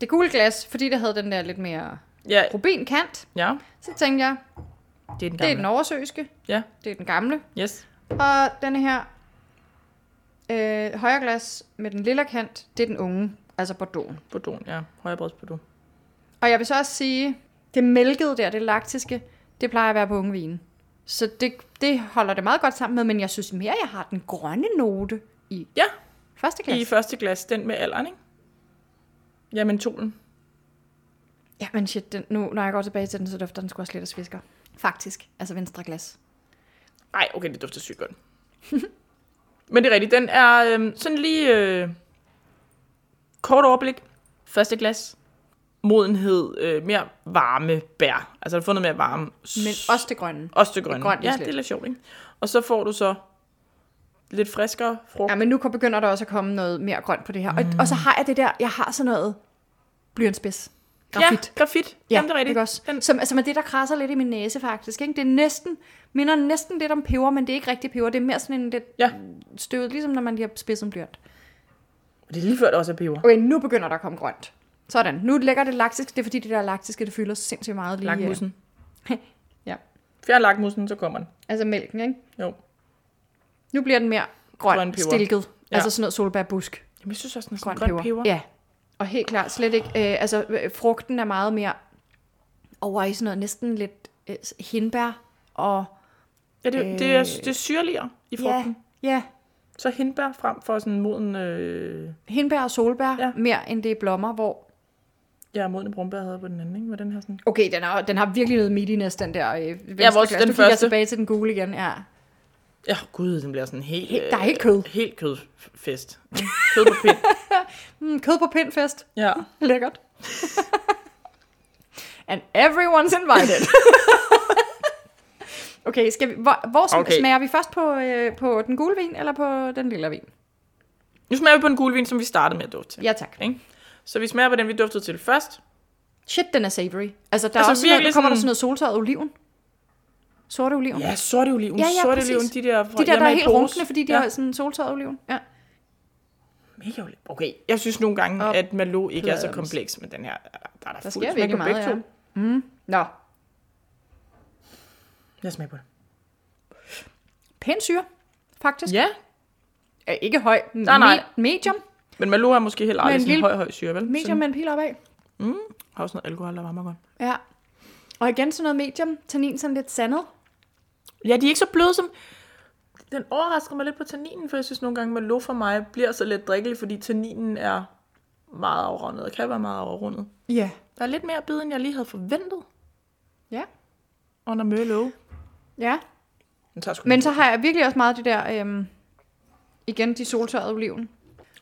S2: det gule glas, fordi det havde den der lidt mere
S1: Ja,
S2: rubinkant,
S1: ja,
S2: så tænkte jeg,
S1: det er den gamle.
S2: det er den oversøiske,
S1: Ja,
S2: det er den gamle.
S1: yes.
S2: Og den her øh, højre glas med den lille kant, det er den unge, altså Bordeaux.
S1: Bordeaux, ja. Højrebrøds Bordeaux.
S2: Og jeg vil så også sige, det mælkede der, det laktiske, det plejer at være på unge vine. Så det, det holder det meget godt sammen med, men jeg synes mere, jeg har den grønne note i
S1: Ja,
S2: første glas.
S1: I første glas, den med alderen, ikke? Ja, mentolen.
S2: Ja, men shit, den, nu, når jeg går tilbage til den, så dufter den sgu også lidt af svisker. Faktisk. Altså venstre glas.
S1: Ej, okay, det dufter sygt godt. Men det er rigtigt, den er øhm, sådan lige øh, kort overblik. Første glas. Modenhed, øh, mere varme bær. Altså, du får noget mere varme.
S2: Men også det grønne.
S1: også det grønne.
S2: grønt i
S1: ja,
S2: slet.
S1: det er lidt sjovt, ikke? Og så får du så lidt friskere frugt.
S2: Ja, men nu kom- begynder der også at komme noget mere grønt på det her. Og, mm. og så har jeg det der, jeg har sådan noget blyantspids. Grafit.
S1: Ja, grafit.
S2: Ja,
S1: Jamen, det er rigtigt.
S2: ikke også?
S1: Den,
S2: Som, altså, men det, der krasser lidt i min næse faktisk. Ikke? Det er næsten, minder næsten lidt om peber, men det er ikke rigtig peber. Det er mere sådan en lidt
S1: ja,
S2: støvet, ligesom når man lige har spidset en blyant.
S1: og det er lige før, der også er peber.
S2: Okay, nu begynder der at komme grønt. Sådan. Nu lægger det laktisk. Det er fordi, det der laktiske, det fylder sindssygt meget lige. øh,
S1: Langmussen.
S2: ja.
S1: Fjern lakmussen, så kommer den.
S2: Altså mælken, ikke?
S1: Jo.
S2: Nu bliver den mere grøn,
S1: Grøn
S2: grøn
S1: peber.
S2: stilket.
S1: Ja.
S2: Ja. Altså sådan noget solbærbusk.
S1: Jamen, jeg synes også, den er sådan
S2: Grøn,
S1: grøn, grøn peber.
S2: Ja. Og helt klart slet ikke. Øh, altså, øh, frugten er meget mere over i sådan noget næsten lidt øh, hindbær og...
S1: Ja, det, det, er, det er syrligere i frugten. Øh. Ja.
S2: ja.
S1: Så hindbær frem for sådan moden, øh,
S2: Hindbær og solbær
S1: Ja.
S2: ja. mere end det er blommer, hvor...
S1: ja, modne brumbær havde på den anden, ikke? Hvor den her sådan...
S2: Okay, den har, den har virkelig noget meatiness, den der øh, venstre
S1: vores-
S2: glas.
S1: den
S2: nu kigger jeg
S1: første.
S2: tilbage til den gule igen, ja.
S1: Ja, gud, den bliver sådan helt... øh,
S2: Helt- der er helt kød.
S1: Helt kødfest. Kød på pind.
S2: Mm, kød på pindfest.
S1: Ja.
S2: Lækkert. And everyone's invited. okay, skal vi, hvor, hvor sm-
S1: Okay.
S2: smager vi først på, øh, på den gule vin, eller på den lille vin?
S1: Nu smager vi på den gule vin, som vi startede med at dufte til.
S2: Ja, tak.
S1: Ikke? Så vi smager på den, vi duftede til først.
S2: Shit, den er savory. Altså,
S1: Altså,
S2: der, altså, er også sådan noget,
S1: virkelig
S2: der kommer der
S1: sådan-
S2: sådan noget soltørret oliven. Sorte oliven.
S1: Ja, sorte oliven,
S2: Ja,
S1: ja,
S2: ja,
S1: ja, sorte
S2: præcis.
S1: oliven, de der... fra
S2: De der, der
S1: hjemme
S2: er
S1: i
S2: helt
S1: pose.
S2: runkne, fordi de
S1: ja.
S2: ja. har sådan soltørret oliven. Ja.
S1: Mega oliven. Okay, jeg synes nogle gange,
S2: Og
S1: at Malo ikke er så
S2: plums.
S1: kompleks, men den her, der, der er der,
S2: Der
S1: fuld
S2: sker
S1: smæk
S2: virkelig
S1: på
S2: meget,
S1: begge
S2: ja.
S1: to.
S2: Nå,
S1: Jeg smager på det.
S2: pæn syre, faktisk.
S1: Ja,
S2: Ja. Ikke høj.
S1: Nej, nej.
S2: Me- medium.
S1: men Malo har måske heller aldrig
S2: en
S1: sådan en
S2: lille-
S1: høj, høj syre, vel?
S2: Medium
S1: Sådan,
S2: med en pil opad.
S1: har også noget alkohol, der varmer godt.
S2: Ja. Og igen sådan noget medium. Tannin sådan lidt sandet.
S1: Ja, de er ikke så bløde som... Den overrasker mig lidt på tanninen, for jeg synes nogle gange, Malo for mig bliver så lidt drikkelig, fordi tanninen er meget afrundet, og kan være meget afrundet.
S2: Ja.
S1: Der er lidt mere bid, end jeg lige havde forventet
S2: Ja.
S1: under Mølle
S2: Ja.
S1: Den tager sgu
S2: Men
S1: lidt
S2: så
S1: tid.
S2: har jeg virkelig også meget det der, øhm, igen, de soltørrede oliven.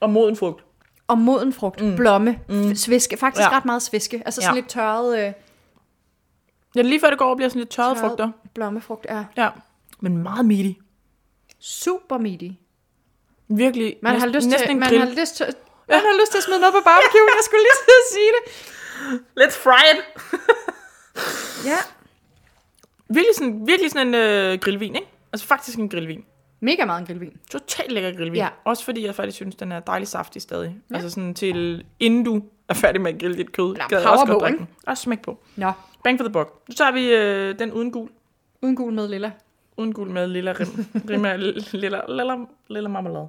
S1: Og moden frugt.
S2: Og moden frugt, mm. blomme, mm. sviske, faktisk
S1: Ja.
S2: ja. ret meget sviske. Altså sådan
S1: Ja.
S2: ja. lidt tørret øh,
S1: Ja, lige før det går over, bliver sådan lidt tørrede
S2: Tørret.
S1: frugter.
S2: blommefrugt. er
S1: Ja. Men meget meaty.
S2: super meaty.
S1: Virkelig.
S2: Man, har
S1: næsten-
S2: lyst,
S1: næsten
S2: til,
S1: en
S2: man,
S1: grill.
S2: har lyst til, man har lyst til at smide noget på barbecue, jeg skulle lige til at sige det.
S1: Let's fry it.
S2: Ja.
S1: Virkelig sådan, virkelig sådan en øh, grillvin, ikke? Altså faktisk en grillvin.
S2: Mega meget en grillvin.
S1: Totalt lækker grillvin. Ja.
S2: Ja.
S1: Også fordi jeg faktisk synes, den er dejlig saftig stadig. Ja. Altså sådan til, inden du er færdig med at grille dit kød.
S2: Eller
S1: gad jeg også
S2: power
S1: godt
S2: på,
S1: drikke den. Og smæk på.
S2: Nå,
S1: Bang for the buck. Nu tager vi øh, den uden gul.
S2: uden gul med lilla.
S1: Uden gul med lilla rim. Rima, lilla, lilla, lilla marmelade.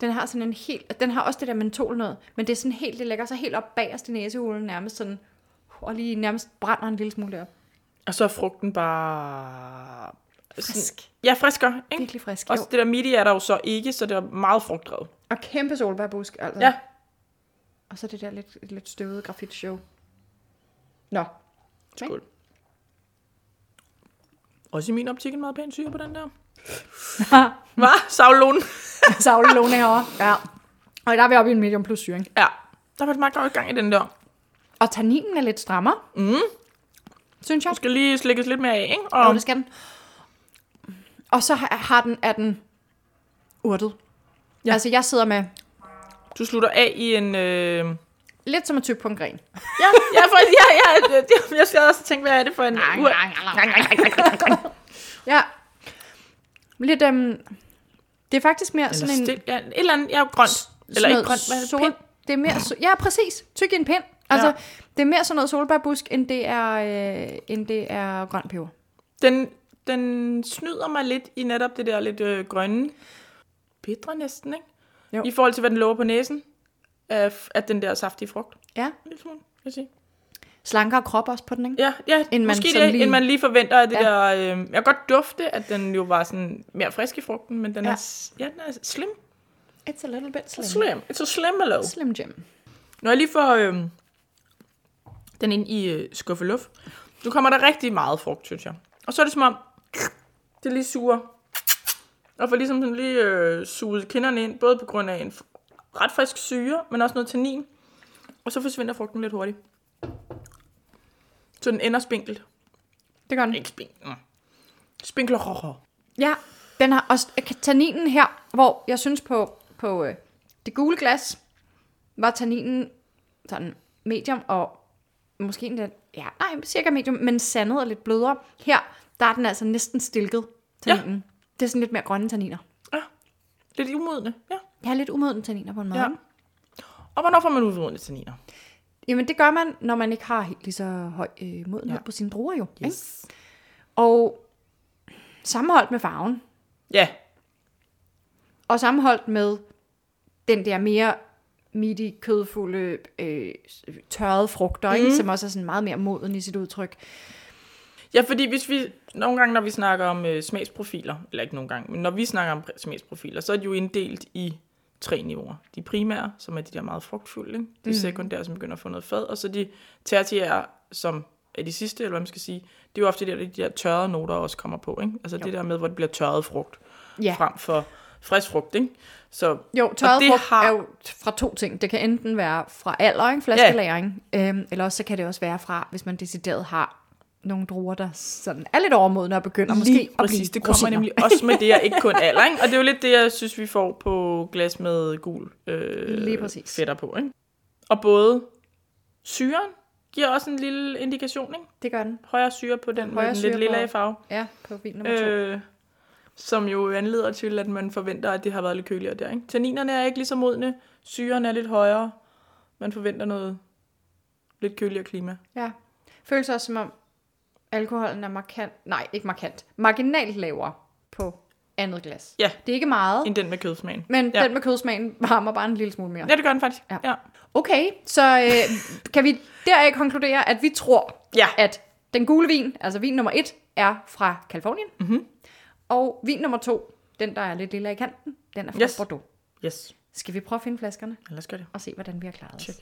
S2: Den har sådan en helt, den har også det der mentol noget, men det er sådan helt, det lægger sig helt op bagerst i næsehulen nærmest sådan, og lige nærmest brænder en lille smule op.
S1: Og så er frugten bare... sådan-
S2: Frisk.
S1: Ja, friskere, ikke?
S2: Virkelig frisk.
S1: Også
S2: Jo.
S1: det der midi er der jo så ikke, så det er meget frugtdrevet.
S2: Og kæmpe solbærbusk, altså.
S1: Ja.
S2: Og så det der lidt, lidt støvede grafitshow. Nå.
S1: Skål. Også i min optik en meget pæn syre på den der. Hvad? Savlone?
S2: Savle låne herovre. Ja. Og der er vi oppe i en medium plus syring.
S1: Ja, der var meget godt gang i den der.
S2: Og tanninen er lidt strammere. Mm. Synes jeg.
S1: Den skal lige slikkes lidt mere af, ikke?
S2: Jo,
S1: Og
S2: det skal den. Og så har har den, er den urtet. Ja. Altså, jeg sidder med
S1: du slutter af i en... Øh...
S2: lidt som at tykke på en gren.
S1: Ja, ja, for, ja, ja, ja, ja, jeg skal også tænke, hvad er det for en ur?
S2: Ja. Lidt, øhm, det er faktisk mere
S1: Eller
S2: sådan en...
S1: stil, ja, et eller andet, ja, grønt. Eller
S2: sådan
S1: ikke
S2: noget
S1: grønt, hvad er det?
S2: sol-
S1: Pind?
S2: Det er mere, so- ja, præcis. Tyk i en pind. Altså,
S1: Ja.
S2: ja. det er mere sådan noget solbærbusk, end det er, øh, end det er grøn peber.
S1: Den, den snyder mig lidt i netop det der lidt øh, grønne. Bitre næsten, ikke? Jo.
S2: Jo.
S1: I forhold til, hvad den lover på næsen. Af, af den der saftige frugt.
S2: Ja.
S1: En lille smule, vil jeg sige.
S2: Slankere krop også på den, ikke?
S1: Ja, ja end
S2: End
S1: man
S2: man
S1: måske
S2: sådan
S1: det, lige...
S2: lige-
S1: end man lige forventer, at det ja.
S2: Ja.
S1: der... Øh, jeg kan godt dufte, at den jo var sådan mere frisk i frugten, men den ja.
S2: Ja.
S1: er, s- ja, den er slim.
S2: It's a little bit slim.
S1: Slim. It's a slim hello.
S2: Slim Jim.
S1: Når jeg lige får øh, den ind i øh, skuffeluft, så kommer der rigtig meget frugt, synes jeg. Og så er det som om, det lige suger. Og får ligesom sådan lige øh, suget kinderne ind, både på grund af en f- ret frisk syre, men også noget tannin. Og så forsvinder frugten lidt hurtigt. Så den ender spinkelt.
S2: Det gør den.
S1: Ikke spinkelt. Mm. Spinkler hårdt.
S2: Ja, den har også tanninen her, hvor jeg synes på, på øh, det gule glas, var tanninen sådan medium og måske endda, ja, nej, cirka medium, men sandet og lidt blødere. Her, der er den altså næsten stilket, tanninen. Ja. Det er sådan lidt mere grønne tanniner.
S1: Lidt umodne, ja.
S2: Jeg har lidt umodne tanniner på en måde.
S1: ja.
S2: Ja.
S1: Og hvornår får man umodne tanniner?
S2: Jamen, det gør man, når man ikke har helt lige så høj øh, modenhed ja. på sine druer jo. Yes. Ikke? Og sammenholdt med farven,
S1: Ja,
S2: og sammenholdt med den der mere midt i kødfulde, øh, tørrede frugter, mm. ikke? som også er sådan meget mere moden i sit udtryk.
S1: Ja, fordi hvis vi, nogle gange, når vi snakker om øh, smagsprofiler, eller ikke nogle gange, men når vi snakker om pr- smagsprofiler, så er de jo inddelt i tre niveauer. De primære, som er de der meget frugtfulde, ikke? de mm. sekundære, som begynder at få noget fad, og så de tertiære, som er de sidste, eller hvad man skal sige, det er jo ofte der, de der tørrede noter også kommer på. Ikke? Altså jo. det der med, hvor det bliver tørret frugt,
S2: Ja.
S1: frem for frisk frugt. Ikke? Så
S2: Jo,
S1: Og
S2: tørret
S1: det
S2: frugt
S1: har-
S2: har... er jo fra to ting. Det kan enten være fra alder, ikke? flaskelæring, ja. øhm, eller også så kan det også være fra, hvis man decideret har nogle druer, der sådan er lidt overmodne og begynder måske at blive
S1: præcis, det kommer
S2: rosiner.
S1: nemlig også med det, jeg ikke kun alder. Ikke? Og det er jo lidt det, jeg synes, vi får på glas med gul øh,
S2: Lige præcis.
S1: fætter på. Ikke? Og både syren giver også en lille indikation. Ikke?
S2: Det gør den.
S1: Højere syre på den,
S2: Højere
S1: med den
S2: syre
S1: lidt
S2: på-
S1: lilla farve.
S2: Ja, på vin nummer øh, to.
S1: Øh, som jo anleder til, at man forventer, at det har været lidt køligere der. Ikke? Tanninerne er ikke lige så modne. Syren er lidt højere. Man forventer noget lidt køligere klima.
S2: Ja. Føles også som om alkoholen er markant, nej ikke markant, marginalt lavere på andet glas.
S1: Ja.
S2: Det er ikke meget,
S1: End den med kødsmagen.
S2: men
S1: ja.
S2: ja. den med kødsmagen varmer bare en lille smule mere.
S1: Ja, det gør den faktisk.
S2: Mm. Ja.
S1: Ja.
S2: Okay, så øh, kan vi deraf konkludere, at vi tror,
S1: ja.
S2: at den gule vin, altså vin nummer et, er fra Kalifornien. Mm-hmm.
S1: Mhm.
S2: Og vin nummer to, den der er lidt lille i kanten, den er fra
S1: Yes.
S2: yes. Bordeaux.
S1: Yes.
S2: Skal vi prøve at finde flaskerne
S1: Ja, lad os gøre det.
S2: og se, hvordan vi har klaret os?
S1: Check.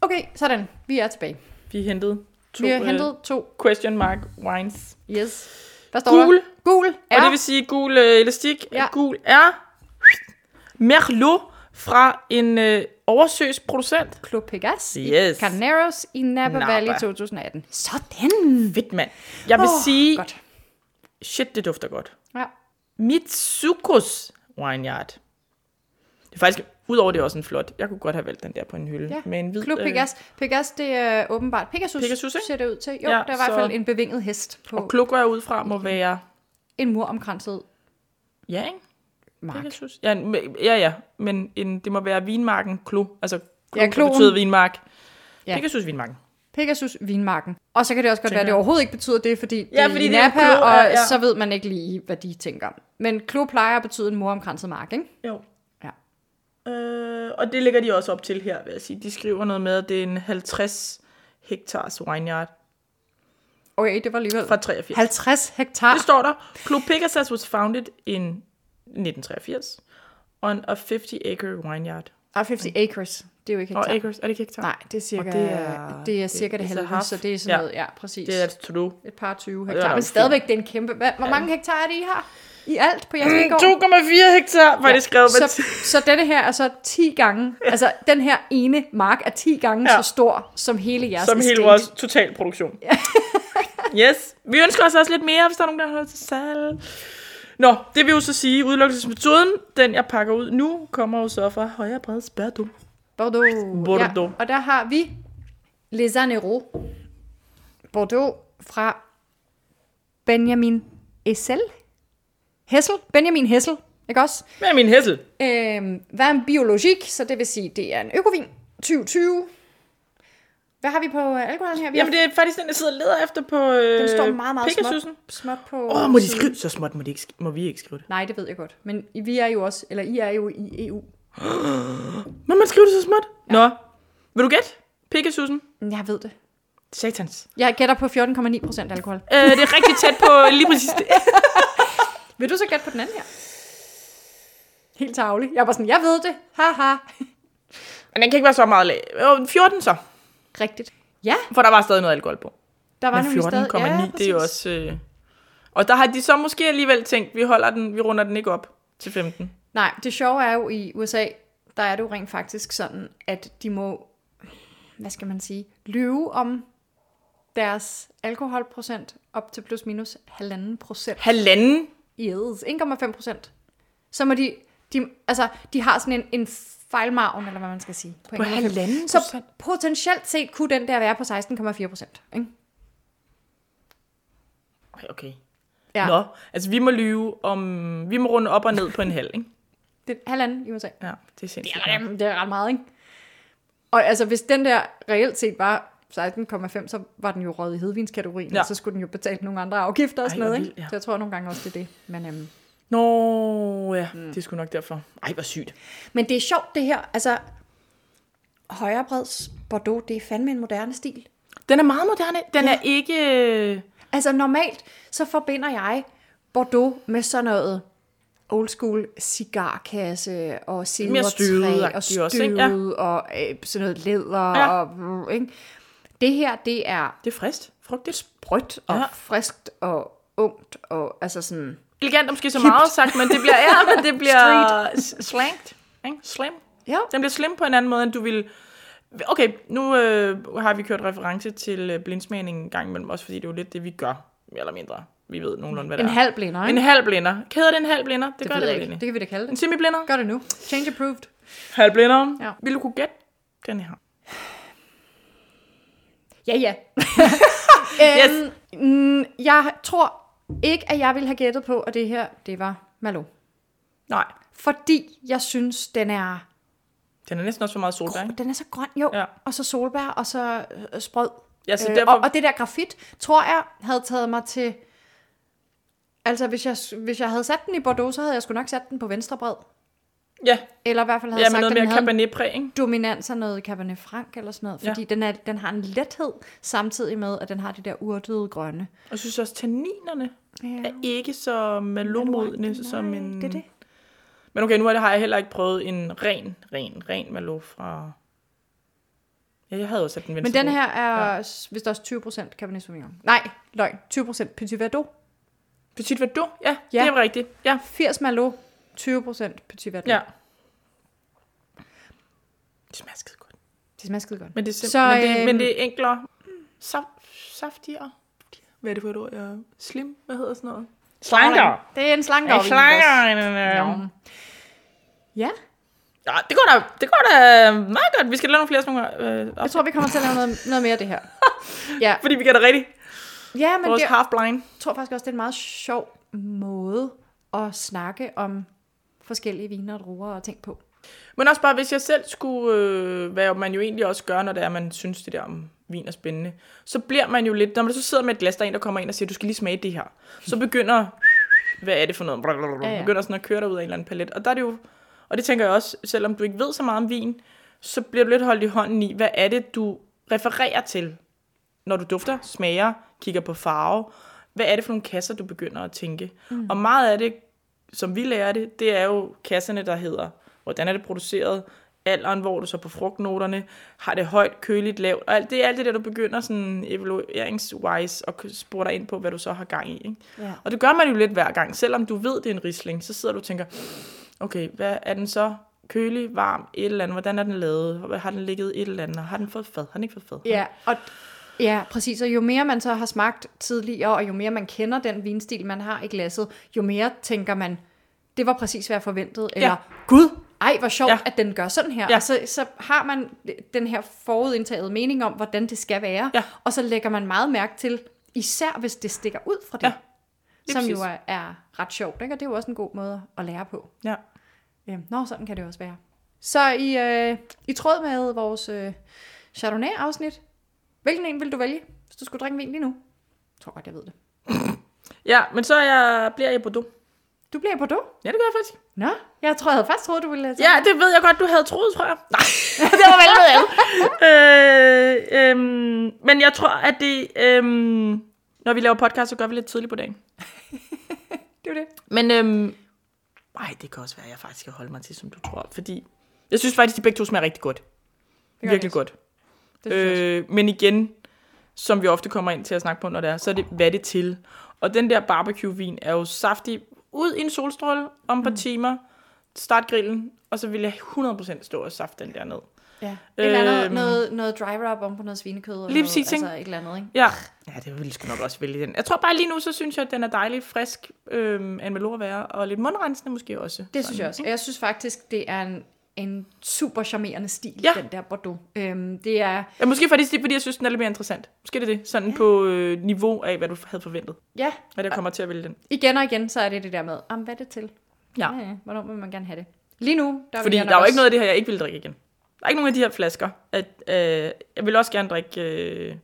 S2: Okay, sådan. Vi er tilbage.
S1: Vi hentede to
S2: vi har
S1: øh,
S2: hentet to.
S1: question mark wines.
S2: Yes. Hvad står
S1: Gul.
S2: der? Gul.
S1: Ja. Og det
S2: er
S1: vil sige gul øh, elastik. Ja.
S2: Ja.
S1: Gul er Merlot fra en øh, oversøs producent.
S2: Club Pegas
S1: Yes.
S2: i Carneros i Napa
S1: Napa.
S2: Valley 2018. Sådan.
S1: Fedt, mand. Jeg vil oh, sige, godt.
S2: Godt.
S1: shit, det dufter godt.
S2: Ja.
S1: Mitsukus Wineyard. Det er faktisk, udover det er også en flot. Jeg kunne godt have valgt den der på en hylde.
S2: ja.
S1: Med en hvid, øh,
S2: Club Pegas. Pegas, det er åbenbart Pegasus,
S1: Pegasus, ikke?
S2: ser det ud til. Jo,
S1: Ja,
S2: ja, der er i hvert
S1: så-
S2: fald en bevinget hest på
S1: og klukker jeg ud fra må være...
S2: en mur omkranset
S1: Ja, ikke?
S2: mark.
S1: Pegasus. Ja, men- ja, ja. Men en, det må være vinmarken Klo. Altså, Klo,
S2: Ja,
S1: ja,
S2: kloen.
S1: betyder vinmark. Ja.
S2: Ja.
S1: Pegasus vinmarken.
S2: Pegasus vinmarken. Og så kan det også godt
S1: Tænker
S2: være, at det
S1: jeg.
S2: overhovedet ikke betyder det, fordi det
S1: Ja,
S2: er
S1: fordi
S2: i
S1: det er en
S2: Napa,
S1: klo,
S2: og
S1: ja, ja.
S2: så ved man ikke lige, hvad de tænker. Men klo plejer at betyde en mor omkranset mark, ikke?
S1: Jo.
S2: Ja.
S1: Øh, og det lægger de også op til her, vil jeg sige. De skriver noget med, at det er en 50 hektars vineyard
S2: Okay, det var alligevel
S1: fra 83.
S2: 50 hektar.
S1: Det står der. Club Pegasus was founded in 1983 on a 50-acre vineyard.
S2: Ah, 50 acres. Det er jo ikke
S1: Og
S2: hektar.
S1: acres, er det ikke hektar?
S2: Nej, det er cirka
S1: det
S2: det
S1: er-
S2: er, det er cirka det,
S1: it's a
S2: halve,
S1: half.
S2: så det er sådan
S1: Ja.
S2: noget, ja, præcis.
S1: Det er et to
S2: et par 20
S1: det er
S2: hektar.
S1: nok
S2: Men
S1: fint.
S2: stadigvæk, det er en kæmpe... Hvad, hvor mange hektar er det, I har i alt på jeres
S1: Øh,
S2: vingård?
S1: 2,4 hektar, var ja. det skrevet med
S2: så, så denne her er så 10 gange, altså den her ene mark er 10 gange
S1: Ja.
S2: ja. så stor som hele jeres
S1: som hele
S2: estate.
S1: vores total produktion. yes. Vi ønsker os også lidt mere, hvis der er nogen, der har noget til salg. Nå, det vil jo så sige, udelukkelsesmetoden, den jeg pakker ud nu, kommer jo så fra højre bred spørg du.
S2: Bordeaux.
S1: Bordeaux.
S2: Ja, og der har vi Les Aneros. Bordeaux fra Benjamin Essel. Hessel. Benjamin Hessel, ikke også?
S1: Med min hæssel.
S2: Øhm, hvad er en biologik? Så det vil sige, det er en økovin. 2020. Hvad har vi på øh, alkoholen her? Vi
S1: Jamen, det er faktisk den, jeg sidder og leder efter på øh,
S2: har, den står meget, meget
S1: Pegasusen.
S2: småt, småt på...
S1: Åh, oh, må de skrive? Så småt må, de ikke, sk- må vi ikke skrive det.
S2: Nej, det ved jeg godt. Men vi er jo også, eller I er jo i E EU.
S1: Må man skrive det så småt? Ja. Nå. Vil du gætte? Pegasusen.
S2: Jeg ved det.
S1: Satans.
S2: Jeg gætter på 14,9 procent alkohol.
S1: Øh, det er rigtig tæt på lige præcis det.
S2: Vil du så gætte på den anden her? Helt tavlig. Jeg var sådan, jeg ved det. Haha.
S1: Men den kan ikke være så meget lav. Øh, 14 så.
S2: Rigtigt. Ja,
S1: For der var stadig noget alkohol på.
S2: der var
S1: Men
S2: nemlig
S1: 14,9,
S2: stadig...
S1: ja, det er jo
S2: præcis.
S1: også... Øh... Og der har de så måske alligevel tænkt, vi holder den, vi runder den ikke op til 15.
S2: Nej, det sjove er jo i USA, der er det jo rent faktisk sådan, at de må, hvad skal man sige, lyve om deres alkoholprocent op til plus minus halvanden procent.
S1: Halvanden?
S2: Yes, 1,5 procent. Så må de, de, altså, de har sådan en, en fejlmaven, eller hvad man skal sige. På 1,5.
S1: halvanden
S2: Så potentielt set kunne den der være på 16,4 procent. ikke?
S1: Ej, Okay.
S2: Ja,
S1: Nå, altså vi må lyve om... Vi må runde op og ned på en halv, ikke?
S2: det er halvanden i USA.
S1: Ja, det er sindssygt.
S2: Det er, det er ret meget, ikke? Og altså, hvis den der reelt set var 16,5, så var den jo røget i hedvinskategorien,
S1: Ja.
S2: ja. og så skulle den jo betale nogle andre afgifter og
S1: Ej,
S2: sådan noget.
S1: hvor
S2: Ikke?
S1: vildt, ja.
S2: Så jeg tror nogle gange også, det er det. Men, øhm,
S1: Nå, ja, mm. det er sgu nok derfor. Ej, hvor sygt.
S2: men det er sjovt, det her. Altså, højrebreds Bordeaux, det er fandme en moderne stil.
S1: Den er meget moderne. Den ja. er ikke... øh,
S2: Altså normalt, så forbinder jeg Bordeaux med sådan noget old school cigarkasse og silvertræ og
S1: støvet-agtigt
S2: støv
S1: også, ikke? Ja.
S2: og øh, sådan noget læder.
S1: Ja.
S2: Ja. Og, ikke? Det her, det er
S1: Det er frist. Frugtigt.
S2: sprødt og
S1: Ja.
S2: ja. friskt og ungt og altså sådan...
S1: Elegant er måske så meget sagt, men det bliver, ja, men det bliver s- slangt. Ikke? Slim.
S2: Ja.
S1: Den bliver slim på en anden måde, end du vil. Okay, nu øh, har vi kørt reference til øh, blindsmagning en gang imellem, også fordi det er jo lidt det, vi gør, mere eller mindre. Vi ved nogenlunde, hvad det
S2: En
S1: er.
S2: halv blinder,
S1: En
S2: ikke?
S1: halv blinder. Kæder det en halv blinder? Det, det gør
S2: ved
S1: det
S2: jeg
S1: vel
S2: ikke.
S1: egentlig.
S2: Det kan vi da kalde
S1: En
S2: det.
S1: semiblinder?
S2: Gør det nu. Change approved.
S1: Halv blinder.
S2: Ja.
S1: Vil du kunne gætte den her?
S2: Ja, ja. øhm, mm, jeg tror ikke, at jeg ville have gættet på, at det her, det var Malo.
S1: Nej.
S2: Fordi jeg synes, den er,
S1: Den er næsten også for meget solbær, ikke?
S2: den er så grøn, jo.
S1: Ja.
S2: Ja. Og så solbær, og så øh, sprød.
S1: Ja, så
S2: Øh,
S1: derfor-
S2: og, og det der grafit, tror jeg, havde taget mig til... Altså, hvis jeg, hvis jeg havde sat den i Bordeaux, så havde jeg sgu nok sat den på venstre bred.
S1: Ja,
S2: Eller i hvert fald havde
S1: ja
S2: jeg
S1: med
S2: sagt,
S1: noget
S2: at den
S1: mere
S2: havde en
S1: cabernet-præg, ikke?
S2: dominans af noget Cabernet Franc eller sådan noget.
S1: Ja.
S2: Fordi ja. den, er, den har en lethed, samtidig med, at den har det der urtede grønne.
S1: Og jeg synes også, tanninerne
S2: Ja.
S1: er ikke så malomodne som en...
S2: Det er det.
S1: Men okay, nu er det- har jeg heller ikke prøvet en ren, ren, ren malo fra... Ja, jeg havde også sat den
S2: Men
S1: venstre.
S2: den her er ja. vist også 20% Cabernet Sauvignon. Nej, løgn. 20% Petit Verdot.
S1: Petit Verdot, ja, ja,
S2: Ja.
S1: det er rigtigt. Ja,
S2: 80 Merlot, 20% Petit Verdot.
S1: ja. Det smager skide godt.
S2: Det smager skide godt.
S1: Men det er, simp-
S2: Så,
S1: men, det,
S2: øhm,
S1: men det er enklere. Saft, saftigere. Hvad er det for et ord? Jeg... Slim? Hvad hedder sådan noget? Slankere.
S2: Det er en slankere.
S1: Ja,
S2: vin,
S1: slankere.
S2: boss.
S1: Ja.
S2: Ja. Ja,
S1: Ja, det går da, det går da meget godt. Vi skal lave nogle flere sådan nogle øh,
S2: jeg
S1: op,
S2: tror, vi kommer til at lave noget, noget mere af det her. Ja,
S1: fordi vi gør det rigtigt.
S2: ja men
S1: Vores
S2: det,
S1: half blind.
S2: jeg tror faktisk også, det er en meget sjov måde at snakke om forskellige viner og druer og ting på.
S1: Men også bare, hvis jeg selv skulle, øh, hvad man jo egentlig også gør, når det er, man synes det der om vin er spændende, så bliver man jo lidt, når man så sidder med et glas, der er en, der kommer ind og siger, du skal lige smage det her, så begynder, hvad er det for noget,
S2: Ja, ja.
S1: begynder sådan at køre dig ud af en eller anden palet. Og der er det jo, og det tænker jeg også, selvom du ikke ved så meget om vin, så bliver du lidt holdt i hånden i, hvad er det, du refererer til, når du dufter, smager, kigger på farve, hvad er det for nogle kasser, du begynder at tænke? Mm. Og meget af det, som vi lærer det, det er jo kasserne, der hedder, hvordan er det produceret, alderen, hvor er du så på frugtnoterne, har det højt, køligt, lavt, og alt det er alt det der, du begynder sådan evalueringswise og spurgte dig ind på, hvad du så har gang i. Ikke?
S2: Ja.
S1: Og det gør man jo lidt hver gang, selvom du ved, det er en risling, så sidder du og tænker, okay, hvad er den så? kølig, varm, et eller andet, hvordan er den lavet, Hvor- har den ligget et eller andet, har den fået fad, har den ikke fået fad?
S2: Ja, og ja, præcis. Og jo mere man så har smagt tidligere, og jo mere man kender den vinstil, man har i glasset, jo mere tænker man, det var præcis, hvad jeg forventede. Eller,
S1: Ja.
S2: gud, ej, hvor sjovt,
S1: Ja.
S2: ja. at den gør sådan her.
S1: Ja.
S2: Ja. Og så, så har man den her forudindtagede mening om, hvordan det skal være.
S1: Ja.
S2: Og så lægger man meget mærke til, især hvis det stikker ud fra det.
S1: Ja,
S2: Ja.
S1: lige
S2: Som
S1: præcis.
S2: jo er, er ret sjovt, ikke? og det er jo også en god måde at lære på.
S1: Ja.
S2: Ja, nå, sådan kan det også være. Så i, øh, i tråd med vores øh, Chardonnay-afsnit, hvilken en vil du vælge, hvis du skulle drikke vin lige nu? Jeg tror godt, jeg ved det.
S1: ja, men så er jeg, bliver jeg i Bordeaux.
S2: Du bliver i Bordeaux?
S1: Ja, det gør jeg faktisk.
S2: Nå, jeg tror, jeg havde faktisk troet, du ville... øh,
S1: Ja, det ved jeg godt, du havde troet, tror jeg. Nej, det var vel noget andet. øh, øhm, men jeg tror, at det... Øhm, når vi laver podcast, så gør vi lidt tidligt på dagen.
S2: det er jo det.
S1: Men øhm, ej, det kan også være, at jeg faktisk skal holde mig til, som du tror. Fordi jeg synes faktisk, de begge to smager rigtig godt.
S2: gør
S1: Virkelig
S2: det.
S1: godt.
S2: det synes jeg også.
S1: Øh, men igen, som vi ofte kommer ind til at snakke på, når det er, så er det, hvad det er til. Og den der barbecue-vin er jo saftig. Ud i en solstråle om
S2: Mm.
S1: et par timer. Start grillen, og så vil jeg 100% stå og safte den der ned.
S2: ja. Et eller andet,
S1: øhm,
S2: noget, noget dry rub om på noget svinekød. eller
S1: Lige præcis,
S2: noget,
S1: ikke?
S2: Altså et eller andet, ikke?
S1: Ja. Ja, det ville jeg sgu nok også vælge den. Jeg tror bare lige nu, så synes jeg, at den er dejlig frisk øhm, af en melor at være, og lidt mundrensende måske også.
S2: Det
S1: Sådan,
S2: synes jeg også.
S1: ikke?
S2: Og Jeg synes faktisk, det er en, en super charmerende stil,
S1: Ja.
S2: ja. den der Bordeaux. Øhm, det er...
S1: Ja, måske faktisk det, er, fordi jeg synes, den er lidt mere interessant. Måske det er det, sådan på øh, niveau af, hvad du havde forventet,
S2: Ja,
S1: at jeg kommer til at vælge den.
S2: igen og igen, så er det det der med, om hvad er det til?
S1: Ja.
S2: ja. Hvornår vil man gerne have det? Lige nu, der
S1: Fordi
S2: vil jeg nok
S1: der er jo
S2: også-
S1: ikke noget af det her, jeg ikke vil drikke igen. Der er ikke nogen af de her flasker. At, øh, jeg vil også gerne drikke øh,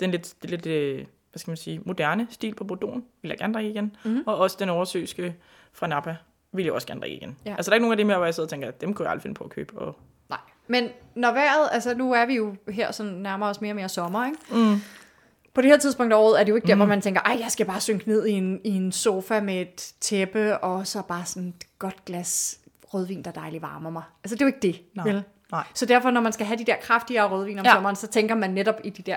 S1: den lidt, det lidt øh, hvad skal man sige, moderne stil på Bordeauxen. Vil jeg gerne drikke igen.
S2: Mhm.
S1: Mm. Og også den oversøgske fra Napa vil jeg også gerne drikke igen.
S2: Ja.
S1: Altså, der er ikke nogen af dem her, hvor jeg sidder og tænker, at dem kunne jeg aldrig finde på at købe. Og
S2: Nej. Men når vejret, altså nu er vi jo her, som nærmer os mere og mere sommer, ikke?
S1: Mm.
S2: På det her tidspunkt af året er det jo ikke der, hvor man tænker, ej, jeg skal bare synke ned i en, i en sofa med et tæppe, og så bare sådan et godt glas rødvin, der dejligt varmer mig. Altså, det er jo ikke det,
S1: Nej.
S2: vel?
S1: Nej.
S2: Så derfor, når man skal have de der kraftigere rødvin om ja.
S1: Ja.
S2: sommeren, så tænker man netop i de der,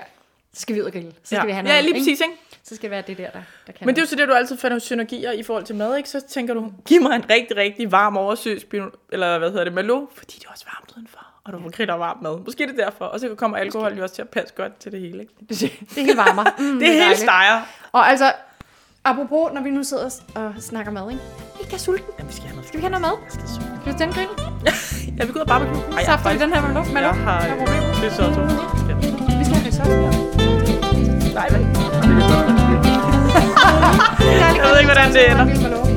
S2: så skal vi ud og grille, så skal
S1: ja.
S2: vi have noget,
S1: ja, lige
S2: ikke?
S1: præcis, ikke?
S2: Så skal det være det der, der, der kan
S1: Men det er jo så det, du altid finder synergier i forhold til mad, ikke? Så tænker du, giv mig en rigtig, rigtig varm oversøs, eller hvad hedder det, malo, fordi det er også varmt udenfor, og du får kridt og varm mad. Måske er det derfor, og så kommer alkohol jo også til at passe godt til det hele, ikke? Det,
S2: det hele varmer. Mm,
S1: det hele
S2: dejligt.
S1: steger.
S2: Og altså, apropos, når vi nu sidder og s- og snakker mad, ikke? Ikke er sulten.
S1: Ja, vi skal have noget.
S2: Skal vi have noget mad?
S1: Skal så.
S2: Skal vi tænde grillen?
S1: Ja, vi går ud og barbecue. Ej, jeg,
S2: Safter vi den her med luft? Med
S1: jeg
S2: luft?
S1: har
S2: Der er
S1: øh, det er så to.
S2: Vi skal have risotto.
S1: Nej, vel? Jeg ved ikke, hvordan det ender.
S2: Med luft.